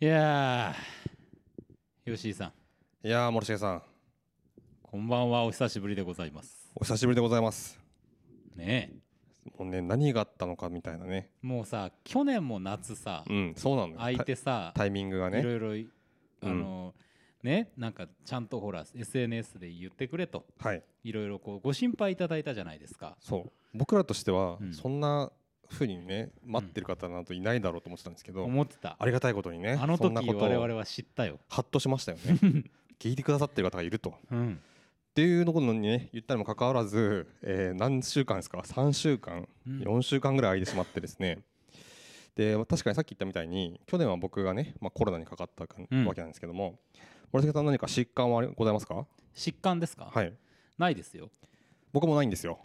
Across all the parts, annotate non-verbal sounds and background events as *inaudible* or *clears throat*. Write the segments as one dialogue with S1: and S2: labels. S1: いやー、吉井さん、
S2: いやー森重さん
S1: こんばんは、お久しぶりでございます。
S2: お久しぶりでございます
S1: ねえ、
S2: もうね何があったのかみたいなね
S1: もうさ、去年も夏さ、
S2: うんそうなのよ
S1: 相手さ
S2: タ、タイミングが
S1: い
S2: ね
S1: ろいろい、あの、ね、なんかちゃんとほら、SNS で言ってくれと、
S2: はい
S1: いろいろこうご心配いただいたじゃないですか。
S2: そう僕らとしては
S1: うん
S2: そんな風にね待ってる方などいないだろうと思ってたんですけど、
S1: 思ってた。
S2: ありがたいことにね
S1: あの
S2: そんな
S1: 時
S2: こと
S1: 我々
S2: を
S1: は知ったよ。
S2: ハッとしましたよ *laughs* ね聞いてくださってる方がいるとっ
S1: うん、
S2: ていうのにね言ったにもかかわらず、えー何週間ですか3週間
S1: うん
S2: 4週間ぐらい空いてしまってですねで確かにさっき言ったみたいに去年は僕がね、まあ、コロナにかかったか
S1: うん
S2: わけなんですけども森重さん何か疾患はありございますか
S1: 疾患ですか、
S2: はい
S1: ないですよ。
S2: 僕もないんで
S1: *laughs*
S2: すよ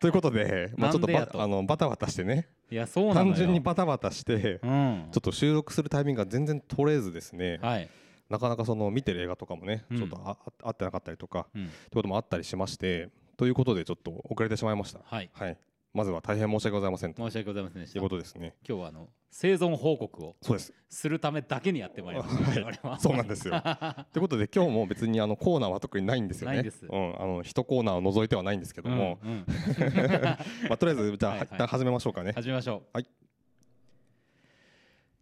S2: ということで、まあ、ちょっ
S1: なん
S2: と
S1: でや
S2: ば
S1: と
S2: あのバタバタしてね
S1: いや、そうなのよ
S2: 単純にバタバタして、
S1: う
S2: ち
S1: ん、
S2: ょっと収録するタイミングが全然取れずですね、
S1: はい、
S2: なかなかその見てる映画とかもね、
S1: うん
S2: ちょっとああ合ってなかったりとか
S1: うん、
S2: ってこともあったりしましてということでちょっと遅れてしまいました
S1: はい、
S2: はいまずは大変申し訳ございませんと
S1: 申し訳ございませんでし
S2: い
S1: た。
S2: うことですね
S1: 今日はあの生存報告を
S2: そ
S1: *laughs*
S2: うです
S1: するためだけにやってまいりました、
S2: *laughs* はい
S1: 我々は
S2: そうなんですよということで今日も別にあのコーナーは特にないんですよね
S1: ないです
S2: うん、あの一コーナーを除いてはないんですけども、
S1: うんうん
S2: まあ、とりあえずじゃあ、
S1: はいはい
S2: 一旦始めましょうかね
S1: 始めましょう
S2: *laughs* はい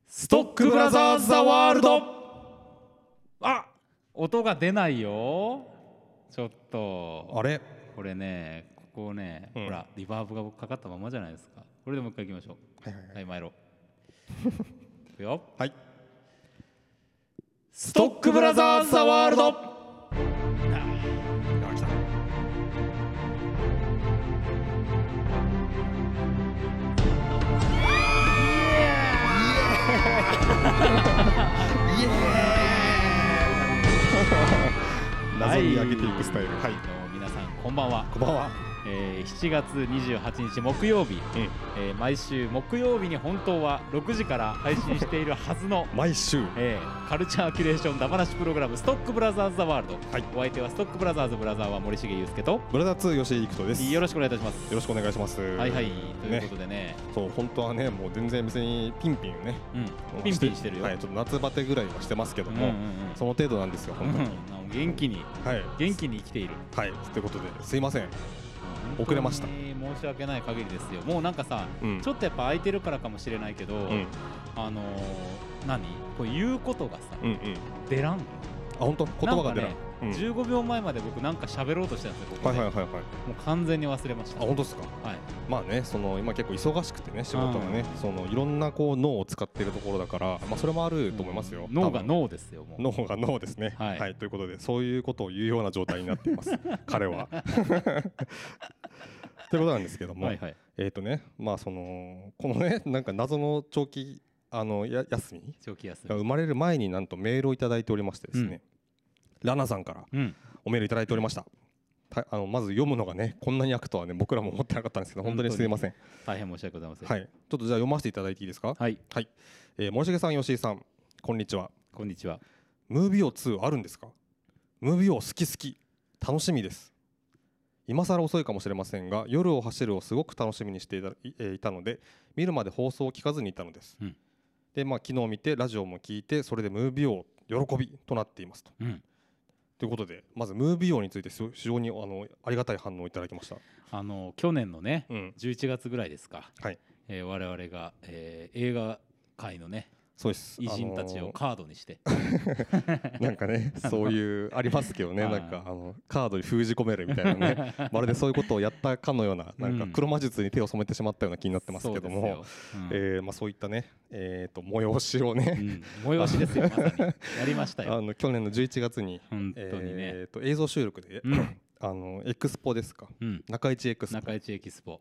S1: ストックブラザーズ・ザ・ワールドあ音が出ないよちょっと
S2: あれ
S1: これねここね、
S2: うん
S1: ほらリバーブがかかったままじゃないですかこれでもう一回いきましょ
S2: はい
S1: は
S2: はいうは
S1: いい参ろ
S2: *laughs*
S1: ういくよ
S2: はい
S1: ストックブラザーズ・ザ・ワールド
S2: あ来た
S1: *laughs*
S2: *laughs* 謎に上げていくスタイルはい、
S1: どうも皆さんこんばんは
S2: こんばんは、、
S1: えー7月28日木曜日、えー毎週木曜日に本当は6時から配信しているはずの *laughs*
S2: 毎週
S1: えーカルチャーキュレーションダマなしプログラム「ストックブラザーズ・ザ・ワールド」
S2: はい
S1: お相手はストックブラザーズ・ブラザーは森重裕介と
S2: ブラザー2吉井陸斗です
S1: よろしくお願いいたします。
S2: よろしくお願いします
S1: はいはいということでね
S2: そう本当はねもう全然別にピンピンね
S1: うん、ピンピンしてるよ。
S2: はい、ちょっと夏バテぐらいはしてますけど
S1: うんう
S2: も、
S1: んうん
S2: その程度なんですよ本当に、
S1: うん元気に
S2: はい
S1: 元気に生きている
S2: はいということですいません遅れました
S1: 本当に申し訳ない限りですよもうなんかさ、
S2: うん
S1: ちょっとやっぱ空いてるからかもしれないけど、
S2: うん
S1: あのー、何こう言うことがさ、
S2: うんうん
S1: 出らんの
S2: あ本当言葉が出ない、
S1: なんか
S2: うん
S1: 15秒前まで僕なんか喋ろうとしてたんですよ、ここ
S2: はい
S1: で
S2: はいはいはい
S1: もう完全に忘れまし
S2: あ
S1: た。
S2: 本当ですか
S1: はい、
S2: まあねその今結構忙しくてね仕事がね、そのいろんなこう脳を使っているところだからまあそれもあると思いますよ、
S1: 脳が
S2: 多分
S1: 脳ですよ、もう。
S2: 脳が脳ですね
S1: はい
S2: ということでそういうことを言うような状態になっています
S1: *laughs*
S2: 彼は *laughs* ということなんですけども、
S1: はいはい。
S2: えっ、とね、まあそのこのねなんか謎の長期あのや休み
S1: 長期休
S2: が
S1: み。
S2: 生まれる前になんとメールをいただいておりましてですね、ラナさんから
S1: うん、
S2: おメールいただいておりました。たあのまず読むのがねこんなに開くとはね僕らも思ってなかったんですけど本当にすいません。
S1: 大変申し訳ございません。
S2: はい、ちょっとじゃあ読ませていただいていいですか。
S1: はい、
S2: はい、えー、森重さん吉井さんこんにちは。
S1: こんにちは。
S2: ムービーオ2あるんですかムービーオ好き好き楽しみです今更遅いかもしれませんが夜を走るをすごく楽しみにしていた,い、えーいたので見るまで放送を聞かずにいたのです、
S1: うん
S2: でまあ昨日見てラジオも聞いてそれでムービーオ喜びとなっていますと
S1: うん、
S2: ということでまずムービーオについてすご非常にあのありがたい反応をいただきました
S1: あの去年のね、
S2: うん
S1: 11月ぐらいですか、
S2: はい
S1: えー、我々が、えー、映画界のね
S2: そうです
S1: 偉人たちをカードにして、
S2: あのーなんかねそういうありますけど
S1: *laughs*
S2: ね
S1: はい
S2: なんかあのカードに封じ込めるみたいなね
S1: *laughs*
S2: まるでそういうことをやったかのような、なんか
S1: うん
S2: 黒魔術に手を染めてしまったような気になってます
S1: そう
S2: け
S1: で
S2: ど
S1: す
S2: も
S1: よ、、うん
S2: えーまあ、そういったね、えー、と催しをね、
S1: うん、催しですよまさにやりました
S2: *laughs* あ
S1: よ
S2: の去年の11月に
S1: 本当にね、
S2: えー、と映像収録で、
S1: うん
S2: あのエクスポですか
S1: うん、
S2: 中市エクスポ、ま
S1: 中市エキスポ、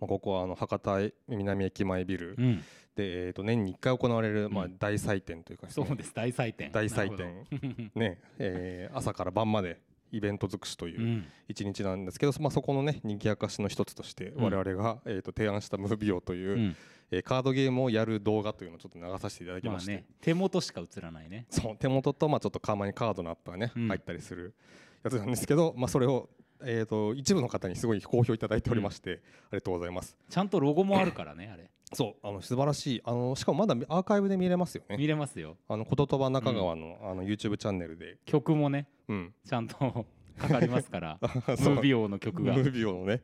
S2: あ、ここはあの博多南駅前ビル、
S1: うん、
S2: で、えー、と年に1回行われる、まあ
S1: う、ん
S2: 大祭典というかね、
S1: そうです大祭典
S2: 大祭
S1: なる
S2: 典、 *laughs* ねえー朝から晩までイベント尽くしとい
S1: ほどう
S2: うん一日なんですけど、まあ、そこのね人気明かしの一つとして
S1: うん
S2: 我々が、えー、と提案したムービーオという、
S1: うん
S2: えーカードゲームをやる動画というのをちょっと流させていただき
S1: ま
S2: ま
S1: あ
S2: して、
S1: ね手元しか映らないね
S2: そう手元とまあちょっと釜にカードのアップがね、
S1: うん
S2: 入ったりするやつなんですけど、まあ、それを、えー、と一部の方にすごい好評いただいておりまして、ありがとうございます
S1: ちゃんとロゴもあるからねあれ
S2: そうあの素晴らしいあのしかもまだアーカイブで見れますよね
S1: 見れますよ
S2: あの言葉中川の,、あの YouTube チャンネルで、
S1: 曲もね *laughs*
S2: うん、
S1: ちゃんとかかりますから
S2: *laughs* ム
S1: ムービー王の曲が
S2: ムービー王のね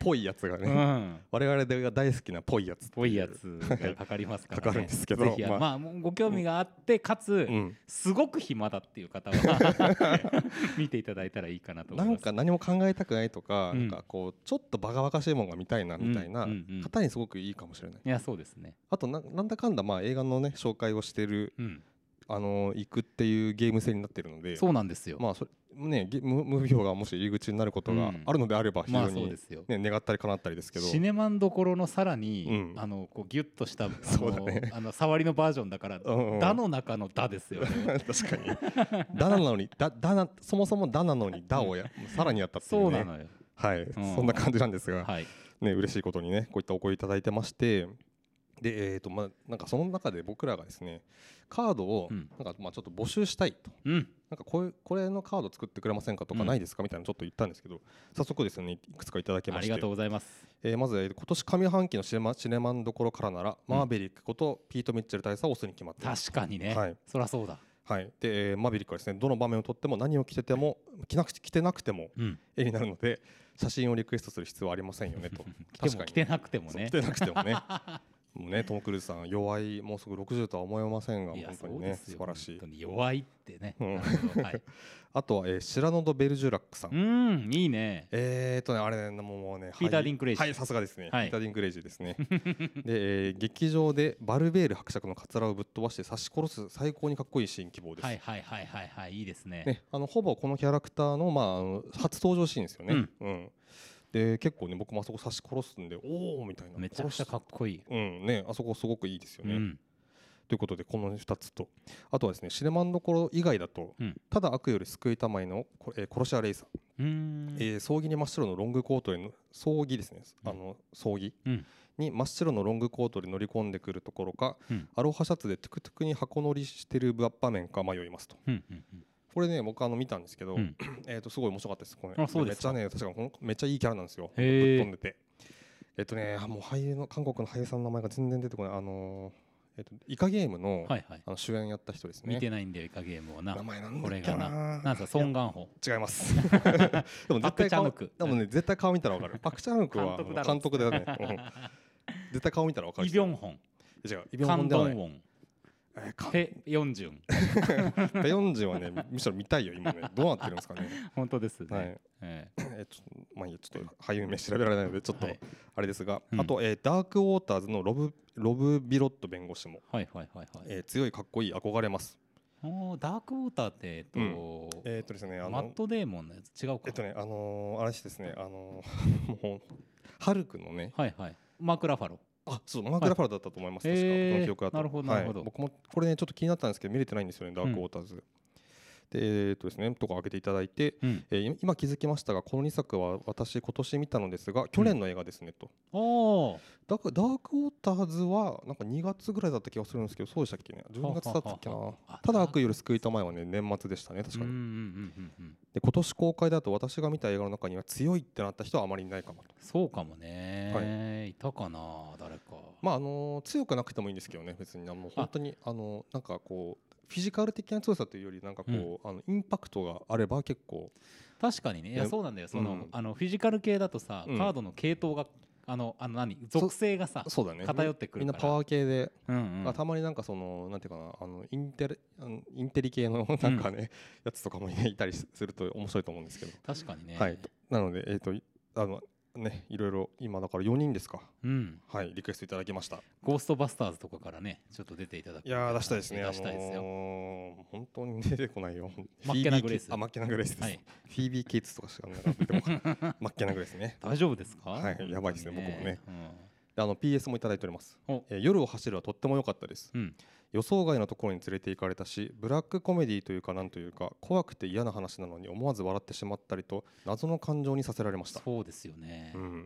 S2: ぽいやつがね、
S1: うん
S2: 我々が大好きなぽいやつってう
S1: ぽいやつがかかりますから、ね、
S2: かかるんですけど
S1: ぜひあの
S2: ま
S1: まあもうご興味があってかつ、
S2: うん、
S1: すごく暇だっていう方
S2: *laughs*
S1: は見ていただいたらいいかなと思
S2: ない
S1: ます
S2: んか何も考えたくないとか,、
S1: うん
S2: なんかこうちょっとバカバカしいものが見たいなみたいな
S1: うんうんうん
S2: 方にすごくいいかもしれない
S1: いやそうですね
S2: あとななんだかんだまあ映画のね紹介をしてる、
S1: うん
S2: あのー行くっていうゲーム性になってるので
S1: そうなんですよ
S2: まあそれねゲムムービー王がもし入り口になること
S1: う
S2: が
S1: ん
S2: あるのであれば非
S1: ま
S2: 常
S1: あそ
S2: に、
S1: う
S2: ね
S1: ですよ
S2: 願ったり叶ったりですけど
S1: シネマンどころのさらに、
S2: うん
S1: あのこうギュッとしたあの
S2: *laughs* そうだね
S1: あの触りのバージョンだから「
S2: うんうん
S1: だ」の中の「だ」ですよね。
S2: *laughs* 確かにだなのにだだなそもそもだなのにだをやさらにやったってい
S1: *laughs* そううな
S2: ね
S1: のよ。
S2: はい、
S1: ん
S2: そんな感じなんですが、
S1: はい。
S2: ね嬉しいことにねこういったお声いただいてましてでえー、とまあなんかその中で僕らがですねカードを
S1: うん
S2: なんかまあちょっと募集したいと、
S1: うん。
S2: なんかこういうこれのカード作ってくれませんかとか
S1: うん
S2: ないですかみたいなのちょっと言ったんですけど早速ですねいくつかいただき
S1: あ
S2: まし
S1: り
S2: て
S1: がとうございます。
S2: えーまずえー今年上半期のシネマシネマンどころからなら、マーベリックことピート・ミッチェル大佐を推すに決まってます
S1: 確かにね。
S2: はい
S1: そりゃそうだ。
S2: はい、で、えーマーヴェリックはですねどの場面をとっても何を着てても着なく着てなくても
S1: うん。
S2: 絵になるので写真をリクエストする必要はありません
S1: *laughs*
S2: よねと
S1: 来ても来てなくても
S2: そう
S1: ね
S2: 着。てなくて
S1: *laughs*
S2: もねもうねトム・クルーズさん弱いもうすぐ60とは思えませんが
S1: い
S2: 本
S1: や
S2: 当
S1: そ
S2: に
S1: うで
S2: ね
S1: す
S2: 素
S1: よ。
S2: 晴らし
S1: 本
S2: い
S1: 当に弱いってね。
S2: うん
S1: なるほど
S2: *laughs*
S1: はい。
S2: あとは、えー、シラノド・ベルジュラックさん、
S1: うん。いいね。
S2: えーとねあれねもうもうね
S1: ピーターディンクレイジー
S2: はいさすがですね、
S1: はい
S2: ピーター・ディンクレイジーで
S1: *laughs*
S2: すねで、えー劇場でバルベール伯爵のカツラをぶっ飛ばして刺し殺す最高にかっこいいシーン希望です、
S1: はいはいはいはいはい。いいですね。
S2: ね、あのほぼこのキャラクターの,、まあ、あの初登場シーンですよね。うんで結構ね僕もあそこ刺し殺すんでおおみたいな
S1: めちゃくちゃかっこいい。
S2: 殺しうんね、あそこすごくいいですよ
S1: う
S2: ね。
S1: ん。
S2: ということでこの2つとあとはですねシネマンどころ以外だと、
S1: うん
S2: ただ悪より救いたまえの、こえー殺し屋レイさん、
S1: うーん。
S2: えー葬儀に真っ白のロングコートへの葬儀ですね、
S1: うん
S2: あの葬儀
S1: うん
S2: に真っ白のロングコートで乗り込んでくるところか、
S1: うん
S2: アロハシャツでトゥクトゥクに箱乗りしてる場面か迷いますと。
S1: うんうんうん
S2: これね僕あの見たんですけど、
S1: うん
S2: *clears throat* えっとすごい面白かったです。これ
S1: あそうですか
S2: めっちゃね確かこのめっちゃいいキャラなんですよ。ぶっ
S1: へー
S2: 飛んでて。えっ、とねあもう俳優の韓国の俳優さんの名前が全然出てこないあのーえっ、とイカゲームの,、
S1: はいはい。
S2: あの主演やった人ですね。
S1: 見てないんだよイカゲームをな
S2: 名。前なんだ
S1: こ
S2: っ
S1: れ
S2: け
S1: が
S2: な。
S1: な。なんすかソン・ガンホ。
S2: 違い
S1: *laughs*
S2: ます。でも
S1: パク
S2: 絶対
S1: チャ
S2: 顔
S1: ヌ
S2: で
S1: ク
S2: もね絶対顔見たらわか
S1: *laughs*
S2: る。パクチャヌクは
S1: 監督だろ
S2: 監督だよね。
S1: *laughs*
S2: うん絶対顔見たらわかる。
S1: イ・ビョンホン。
S2: 違うイビョン
S1: カ
S2: ホン
S1: ン
S2: では
S1: ド
S2: な
S1: ン
S2: い
S1: ウ。ォン。
S2: えーカン
S1: ペ・ヨンジュン。
S2: ペヨンジュンはねむしろ見たいよ今ねどうなってるんですかね。
S1: *laughs* 本当ですね。
S2: はい。
S1: ええ
S2: えちょっとまあいいやちょっと俳優名調べられないのでちょっと
S1: はい
S2: あれですが、
S1: うん
S2: あと、えーダークウォーターズのロブロブ・ビロット弁護士も、
S1: はいはいはいはい。
S2: えー強いかっこいい憧れます。
S1: おーダークウォーターって、えっと、
S2: えーっとですねあ
S1: マ
S2: の
S1: ットデーモンのやつ違うか。
S2: えっとねあのー、あれですねあのー、 *laughs* もうハルクのね
S1: はいはい。マーク・ラファロ。
S2: あそうマーク・ラファロだったと思います、
S1: はい
S2: 確か、
S1: へー
S2: 僕の記憶だと
S1: なるほど
S2: はい
S1: なるほど
S2: 僕もこれねちょっと気になったんですけど見れてないんですよねダークウォーターズ、でえーっとですねとか開けていただいて、
S1: うん。
S2: えー今気づきましたがこの2作は私今年見たのですが去年の映画ですね、と
S1: おー
S2: ダークダークウォーターズはなんか2月ぐらいだった気がするんですけどそうでしたっけね12月だったっけ
S1: ははは
S2: な
S1: はあ
S2: ただ悪意より救いたまえはね年末でしたね確
S1: うん
S2: か
S1: うん
S2: に
S1: うんうんうん。
S2: で今年公開だと私が見た映画の中には強いってなった人はあまりいないかもと
S1: そうかもね、い。たかな、誰か。
S2: まああのー強くなくてもいいんですけどね別にあの本当にあのなんかこうフィジカル的な強さというよりなんかこう、あのインパクトがあれば結構
S1: 確かにね、い
S2: い
S1: や、
S2: や
S1: そうなんだよ。その、
S2: うん
S1: あの、フィジカル系だとさ、
S2: うん
S1: カードの系統が、あの、あの何、属性がさ、
S2: そうだね
S1: 偏ってく
S2: み
S1: る
S2: ん
S1: か
S2: な
S1: ら。
S2: パワー系で
S1: うんうん
S2: あたまになんかそのなんていうかなあのインテリあのインテリ系のなんかね、やつとかも、ね、いたりすすると面白いと思うんですけど、
S1: 確かにね。
S2: はいなのでえっ、といあのねいろいろ今だから4人ですか
S1: うん。
S2: はいリクエストいただきました
S1: ゴーストバスターズとかからね、ちょっと出ていただく。
S2: いやー出したいですね
S1: 出したいです
S2: あ
S1: よ。
S2: のー本当に出てこないよ
S1: マッケナグレイス
S2: フィービーケあマッケナグレイスです、
S1: はい
S2: フィービー・ケイツとかしかなんか出てこないマッケナグレイスね
S1: 大丈夫ですか。
S2: はいやばいですね
S1: 本当に
S2: 僕。であの PS もいただいております
S1: お、
S2: えー夜を走るはとっても良かったです
S1: うん、
S2: 予想外のところに連れて行かれたしブラックコメディというかなんというか怖くて嫌な話なのに思わず笑ってしまったりと謎の感情にさせられました、
S1: そうですよね
S2: う。ん、
S1: うん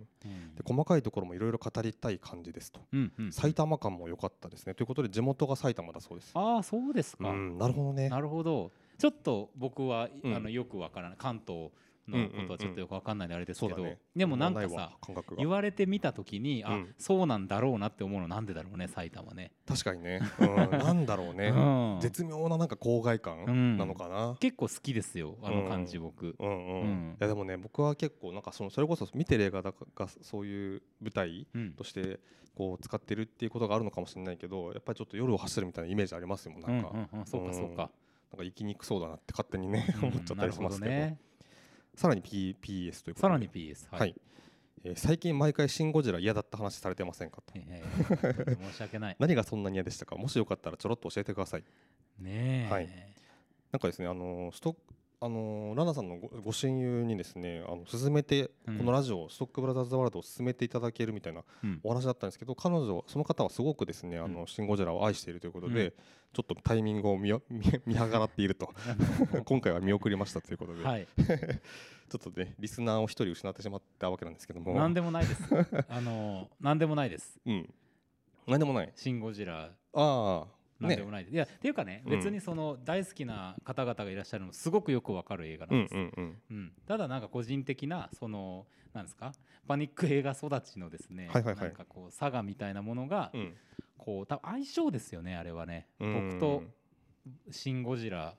S2: で細かいところもいろいろ語りたい感じですと
S1: うんうん。
S2: 埼玉感も良かったですねということで地元が埼玉だそうです
S1: ああ、そうです
S2: う
S1: か。
S2: んなるほどね
S1: なるほど。ちょっと僕は、
S2: うん
S1: あのよくわからない関東のことはちょっとよくわかんないんであれですけど、でもなんか
S2: ないわ
S1: さ
S2: 感覚が
S1: 言われてみた時にあ、
S2: うん
S1: そうなんだろうなって思うのなんでだろうね埼玉ね。
S2: 確かにね、うん、なんだろうね、
S1: うん
S2: 絶妙ななんか郊外
S1: うん
S2: 感なのかな、
S1: 結構好きですよあの感じ僕。
S2: うんうん
S1: うん
S2: いやでもね僕は結構なんかそのそれこそ見てる映画だがそういう舞台
S1: うん
S2: としてこう使ってるっていうことがあるのかもしれないけどやっぱりちょっと夜を走るみたいなイメージありますよなんか、
S1: うんう
S2: なんか
S1: んうんそうかそうか、
S2: 行きにくそうだなって勝手にね
S1: うん
S2: 思っちゃったりしますけど,、
S1: なるほね
S2: さらに、P、PS ということで
S1: さらに PS
S2: はい、えー最近毎回「シン・ゴジラ」嫌だった話されてませんかと
S1: えー申し訳
S2: *laughs*
S1: ない
S2: 何がそんなに嫌でしたかもしよかったらちょろっと教えてください
S1: ねえ、
S2: はいなんかですねあのーストックあのーランナさんのごご親友にですねあの勧めて
S1: うん
S2: このラジオ、ストックブラザーズワールドを勧めていただけるみたいな
S1: うん
S2: お話だったんですけど彼女その方はすごくですねあの、
S1: うん
S2: シン・ゴジラを愛しているということで、
S1: うん
S2: ちょっとタイミングを見よ *laughs* 見見計らって
S1: *laughs*
S2: いると今回は見送りましたということで、
S1: はい、
S2: ちょっとねリスナーを一人失ってしまったわけなんですけども
S1: なんでもないです。あの、なんでもないです。
S2: うん、何でもない
S1: シンゴジラ、
S2: ああ
S1: なんで
S2: ね
S1: もないです。いや、っていうかね、
S2: うん
S1: 別にその大好きな方々がいらっしゃるのもすごくよくわかる映画な
S2: うんん
S1: です。
S2: うんうん
S1: うんただなんか個人的なそのなんですかパニック映画育ちのですね、
S2: はいはいはい
S1: なんかこう佐賀みたいなものが、
S2: うん
S1: こう多分相性ですよねあれはね、
S2: うん
S1: 僕とシンゴジラ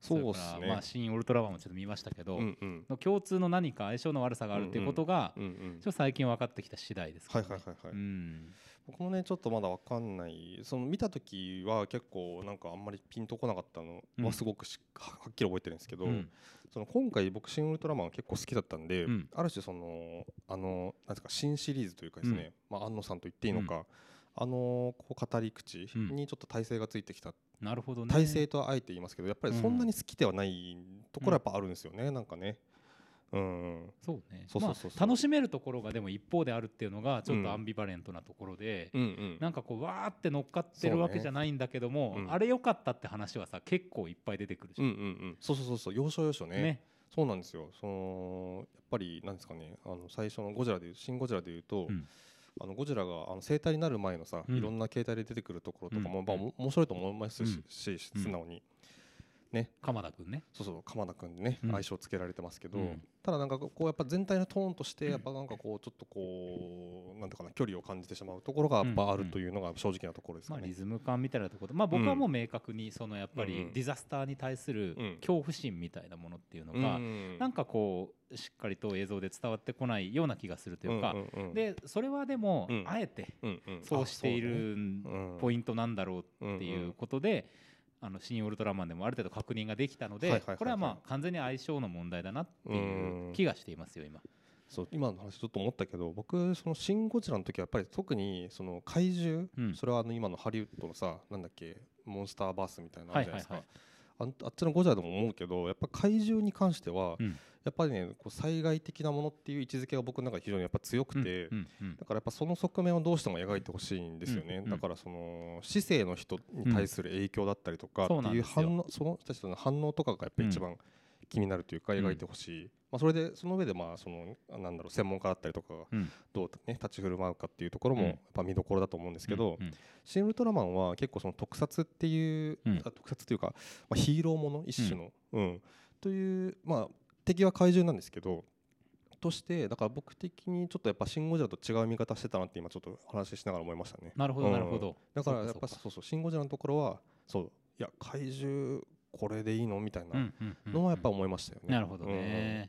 S2: そう
S1: れ
S2: で
S1: から
S2: すね、
S1: まあシンウルトラマンもちょっと見ましたけど、
S2: うんうん
S1: の共通の何か相性の悪さがあるっていうことが、
S2: うんう
S1: ち
S2: ん
S1: ょっと最近分かってきた次第ですけ
S2: は
S1: ど
S2: い
S1: ね、
S2: はいはいはい、
S1: うん
S2: 僕もねちょっとまだわかんないその見た時は結構なんかあんまりピンとこなかったの
S1: うん
S2: はすごくしははっきり覚えてるんですけど、
S1: うん
S2: その今回僕「シン・ウルトラマン」結構好きだったんで、
S1: うん
S2: ある種そのあのなんですか新シリーズというかですね、まあ、安野さんと言っていいのか、あのこう語り口にちょっと体勢がついてきた、
S1: なるほどね。
S2: 体勢とはあえて言いますけどやっぱりそんなに好きではないところはやっぱあるんですよね、なんかね。うん
S1: そうね。
S2: そうそうそうそう
S1: まあ楽しめるところがでも一方であるっていうのがちょっ
S2: うん
S1: とアンビバレントなところで、
S2: うんうん、
S1: なんかこうわーって乗っかって
S2: そう
S1: る
S2: ね
S1: わけじゃないんだけども、
S2: うん
S1: あれ良かったって話はさ結構いっぱい出てくるし、
S2: うんうんうん、そうそうそうそう要所要所ね
S1: ね。
S2: そうなんですよそのやっぱりなんですかねあの最初のゴジラでいう「シン・ゴジラ」でいうと、
S1: うん
S2: あのゴジラがあの生体になる前のさ、
S1: うん
S2: いろんな形態で出てくるところとかも、
S1: うん
S2: まあ、面白いと思いますし,、
S1: うん
S2: し
S1: うん
S2: 素直に、
S1: 鎌田君ね。
S2: そうそう鎌田君にね、
S1: うん
S2: 相性つけられてますけど、
S1: うん
S2: ただなんかこうやっぱ全体のトーンとしてやっぱなんかこうちょっとこうなんていうかな距離を感じてしまうところがやっぱあるというのが正直なところです
S1: ま
S2: か
S1: あ、
S2: ね。
S1: リズム感みたいなところと、まあ、僕はもう明確にそのやっぱ
S2: うんう
S1: り
S2: ん
S1: ディザスターに対する
S2: うん
S1: 恐怖心みたいなものっていうの
S2: う
S1: が、
S2: ん
S1: なんかこうしっかりと映像で伝わってこないような気がするというか、
S2: んんん
S1: でそれはでも、
S2: うん
S1: あえて
S2: うんうん
S1: そうしている
S2: あそうねうん
S1: ポイントなんだろう
S2: っ
S1: っていうことで、あの新ウルトラマンでもある程度確認ができたので、
S2: はいはいはいはい
S1: これはまあ完全に相性の問題だなっていう気がしていますよ今。
S2: そう今の話ちょっと思ったけど僕その「シン・ゴジラ」の時はやっぱり特にその怪獣、
S1: うん
S2: それはあの今のハリウッドのさなんだっけモンスターバースみたいなのあ
S1: はい
S2: るじゃ
S1: は
S2: ない
S1: い
S2: ですか、
S1: はい。
S2: あんあっちのゴジラでも思うけどやっぱ怪獣に関しては、
S1: うん
S2: やっぱりねこう災害的なものっていう位置づけが僕の中で非常にやっぱ強くて、
S1: うんうんうん
S2: だからやっぱその側面をどうしても描いてほしいんですよね、
S1: うんうん
S2: だからその市政の人に対する影響だったりとか
S1: うん
S2: っていう
S1: そうなん
S2: 反応その人たちの反応とかがやっぱり一番気になるというか
S1: うん
S2: 描いてほしい、まあ、それでその上でまあそのなんだろう専門家だったりとかが
S1: うん
S2: どう、ね、立ち振る舞うかっていうところも
S1: うん
S2: やっぱ見どころだと思うんですけど、
S1: うんうん
S2: シン・ウルトラマンは結構その特撮っていう、
S1: うん
S2: あ特撮というか、まあ、ヒーローもの一種の、うんという、まあ、敵は怪獣なんですけどとしてだから僕的にちょっとやっぱ「シン・ゴジラ」と違う見方してたなって今ちょっと話ししながら思いましたね
S1: なるほどなるほど。
S2: だからやっ
S1: そうか
S2: ぱそ
S1: そうう
S2: そうシン・ゴジラのところはそういや怪獣これでいいのみたい
S1: かう
S2: なん
S1: うんうん
S2: のはやっぱ思いましたよね、
S1: なるほど
S2: うんうん
S1: ね。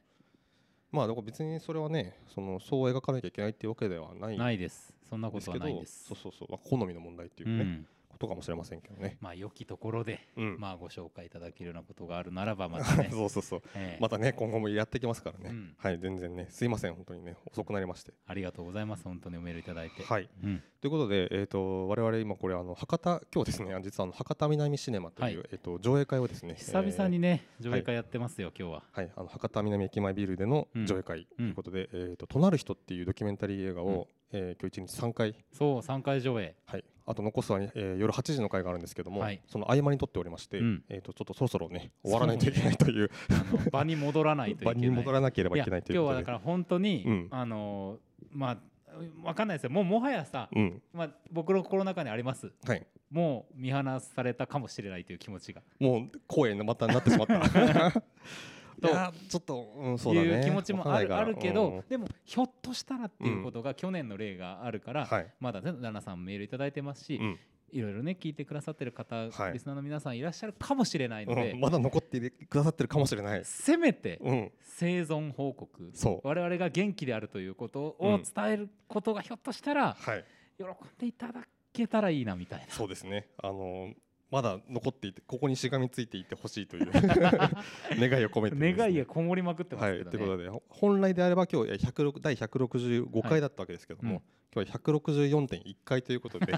S2: まあだから別にそれはねそのそう描かなきゃいけないっていうわけではないん
S1: ないです。そんなこ
S2: です
S1: と
S2: け
S1: は
S2: ど
S1: ないです
S2: そう。そうそう、まあ、好みの問題っていう
S1: う
S2: ね、
S1: ん
S2: ことかもしれませんけどね、
S1: まあ良きところで
S2: うん
S1: まあご紹介いただけるようなことがあるならばまたね。
S2: そうそうそう
S1: ええ
S2: またね今後もやっていきますからね、
S1: うん
S2: はい全然ねすいません本当にね遅くなりまして
S1: ありがとうございます本当におメールいただいて。
S2: はい
S1: うん
S2: ということで、えー、と我々今これあの博多今日ですねあの実はあの博多南シネマという、
S1: は
S2: えー、と上映会をですね
S1: 久々に
S2: えー
S1: ね上映会やってますよ今日は。
S2: はい、あの博多南駅前ビルでの
S1: うん
S2: 上映会ということで「えー、ととなる人」っていうドキュメンタリー映画を、えー今日1日3回、
S1: そう3回上映。
S2: はい、あと残すは、えー夜8時の会があるんですけども、
S1: はい
S2: その合間に撮っておりまして、
S1: うん
S2: えー、とちょっとそろそろね終わらないといけないという
S1: あの場に戻ら
S2: *laughs*
S1: ないといけな
S2: 場
S1: い。
S2: に戻らなければ
S1: い
S2: い
S1: や
S2: けないという
S1: 今
S2: こ
S1: 日は
S2: と
S1: だ
S2: で
S1: から本当に、
S2: うん
S1: あのまあわかんないですよもうもはやさ、
S2: うん
S1: まあ、僕の心の中にあります
S2: はい、
S1: もう見放されたかもしれないという気持ちが
S2: もう公演のまたになってしまった。い
S1: *laughs* と
S2: やちょっと、うん、そうだね
S1: いう気持ちもある,、
S2: わ
S1: あ
S2: かんな
S1: る
S2: いから
S1: け
S2: うん
S1: どでもひょっとしたらっていうことが去年の例があるから、
S2: はい、
S1: まだね旦那さんメールいただいてますし、
S2: うん
S1: いろいろね聞いてくださってる方、
S2: はい
S1: リスナーの皆さんいらっしゃるかもしれないので、
S2: うんまだ残っていてくださってるかもしれない、
S1: せめて
S2: うん、
S1: 生存報告
S2: そう
S1: 我々が元気であるということ
S2: う
S1: を
S2: ん
S1: 伝えることがひょっとしたら
S2: はい
S1: 喜んでいただけたらいいなみたい
S2: そうですねあのーまだ残っていてここにしがみついていてほしいという
S1: な
S2: *laughs* 願いを込めてですね
S1: 願いがこもりまくってま
S2: は
S1: す
S2: い、
S1: けど
S2: という
S1: ね、
S2: ことでほ本来であれば今日えー106第165
S1: はい
S2: 回だったわけですけども、
S1: うん
S2: 今日は164.1回というこ
S1: *laughs*
S2: とで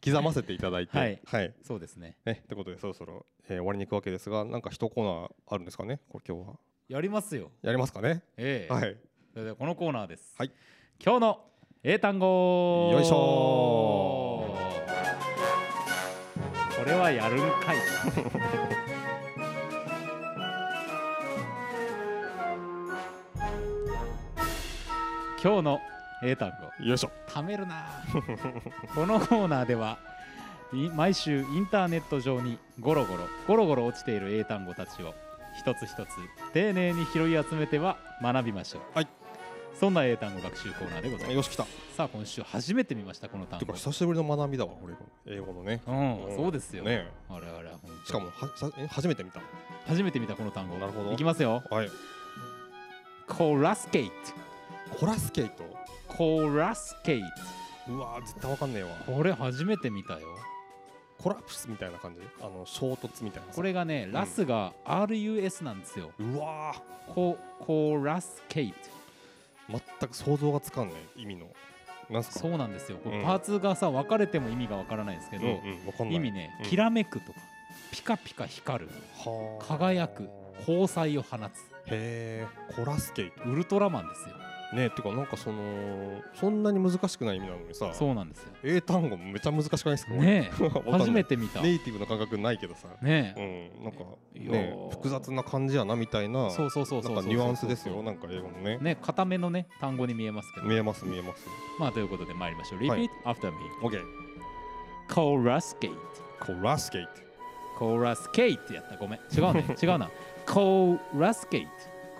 S2: 刻ませていただいて、
S1: はいそうですね
S2: ね、ということでそろそろ、えー終わりに行くわけですがなんか一コーナーあるんですかねこれ今日は
S1: やりますよ
S2: やりますかね、
S1: ええ
S2: はい
S1: それではこのコーナーです、
S2: はい
S1: 今日の英単語
S2: よいしょ
S1: これはやるん
S2: *laughs*
S1: かい今日の英単語
S2: よいしょ
S1: 貯めるな *laughs* このコーナーではい毎週インターネット上にゴロゴロゴロゴロ落ちている英単語たちを一つ一つ丁寧に拾い集めては学びましょう、
S2: はい、
S1: そんな英単語学習コーナーでございま
S2: よし来た
S1: すさあ今週初めて見ましたこの単
S2: て
S1: 語
S2: か久しぶりの学びだわこれ英語のね
S1: うん、
S2: ん
S1: そうですよ、
S2: ね
S1: あれあれ本当に
S2: しかもはさえ初めて見た
S1: 初めて見たこの単語
S2: なるほど
S1: いきますよ
S2: はい
S1: コラスケイト
S2: コラスケイト
S1: コラスケイト
S2: うわー絶対わかんねえわ
S1: これ初めて見たよ
S2: コラプスみたいな感じあの衝突みたいなさ
S1: これがね、ラスが RUS なんですよ
S2: うわー
S1: ココラスケイト
S2: 全く想像がつかんない意味のなんすか
S1: そうなんですよ、これ
S2: うん
S1: パーツがさ分かれても意味がわからないんですけど、
S2: うんうん、わかんない
S1: 意味ね、
S2: うん
S1: きらめくとかピカピカ光る
S2: はあ
S1: 輝く光彩を放つ
S2: へえコラスケイ
S1: ウルトラマンですよ
S2: トねてかなんかそのそんなに難しくない意味なのにさ
S1: そうなんですよ
S2: 英単語もめちゃ難しくないですか
S1: ね
S2: *laughs*
S1: え初め
S2: て
S1: て見た
S2: ネ
S1: ね
S2: イティブの感覚ないけどさ、
S1: え、
S2: うんなんか
S1: いや
S2: ね
S1: ー
S2: 複雑な感じやなみたいな
S1: そうそうそう
S2: な
S1: そうん
S2: かニュアンスですよなんか英語のね
S1: ね固めのね単語に見えますけど
S2: 見えます見えます
S1: まあということで参りましょう
S2: はい
S1: Repeat after me
S2: オッケー
S1: コラスケイト
S2: コラスケイ
S1: コラスケイトやったごめん違うね
S2: *laughs*
S1: 違うなコラスケイト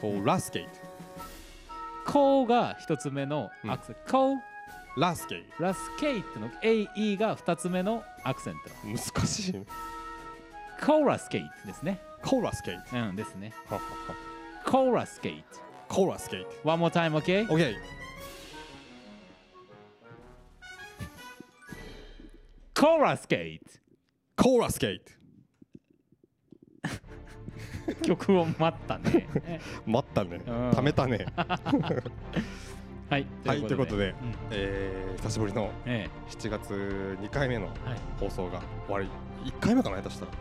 S2: トコラスケイ
S1: コが一つ目のアクセント、コ
S2: トラスケイ
S1: ラスケイトの AE が2つ目のアクセン
S2: ト難しいね
S1: トコーラスケイトですね
S2: コラスケイ
S1: うんですね
S2: トははは
S1: コーラスケイ
S2: コラスケイト
S1: ト One more time, okay?
S2: オッケー
S1: コーラスケイ
S2: コーラスケイト
S1: ト曲を待った
S2: *laughs*
S1: ね
S2: 待ったね
S1: うん
S2: 貯めたね
S1: はい
S2: はいということで
S1: ん
S2: えー久しぶりの
S1: え
S2: 7月2回目の
S1: えはい、
S2: 放送が終わり1回目かな下手したら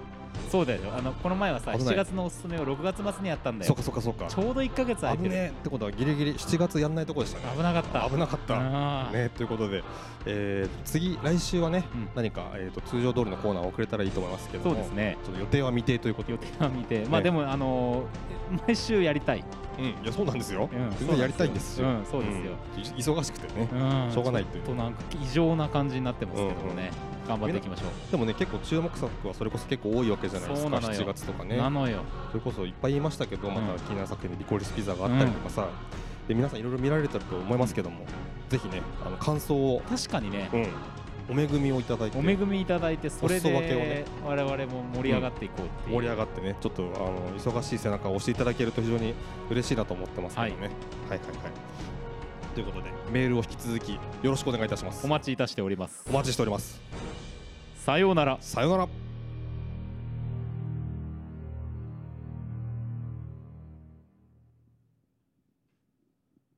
S1: そうだよあのこの前はさ
S2: 危ない
S1: 7月のおすすめを6月末にやったんだ
S2: そ
S1: よ
S2: っかそっかそっ
S1: ち
S2: か
S1: ょうど1か月空いてる
S2: 危ねえってことはギリギリ7月やんないとこでしたね
S1: 危なかった
S2: 危なかった
S1: あー
S2: ねということでえー次来週はね
S1: うん
S2: 何かえーと通常通りのコーナーを送れたらいいと思いますけど
S1: そ
S2: も
S1: うですね
S2: ちょっと予定は未定ということ
S1: 予
S2: で
S1: 定は見てまあ
S2: ね
S1: でもあのー毎週やりたい
S2: うんいやそうなんですよ
S1: うん
S2: 全然やりたいんです
S1: う
S2: よ
S1: んそうですよ
S2: うんい忙しくてね
S1: うん
S2: しょうがないという
S1: ちょっとなんか異常な感じになってますけどもね、頑張っていきましょ
S2: でもね結構注目作はそれこそ結構多いわけじゃないですか
S1: そうなのよ
S2: 7月とか
S1: う、
S2: ね
S1: なのよ
S2: それこそいっぱい言いましたけど、ま
S1: うん
S2: た気になる作品でリコリスピザがあったりとかさ、で皆さんいろいろ見られてると思いますけども、ぜひね、あの感想を、
S1: 確かにね、
S2: うんお恵みをいただいて、
S1: お恵みいただいてそれ
S2: お裾分けを
S1: で
S2: ね
S1: 我々も盛り上がっていこうっていう、
S2: 盛り上がってね、ちょっとあの忙しい背中を押していただけると非常に嬉しいなと思ってますけどね。はい、はい、はいということで、メールを引き続きよろしくお願いいたします。
S1: お待ちいたしております
S2: お待ちしております。
S1: さようなら
S2: さようなら。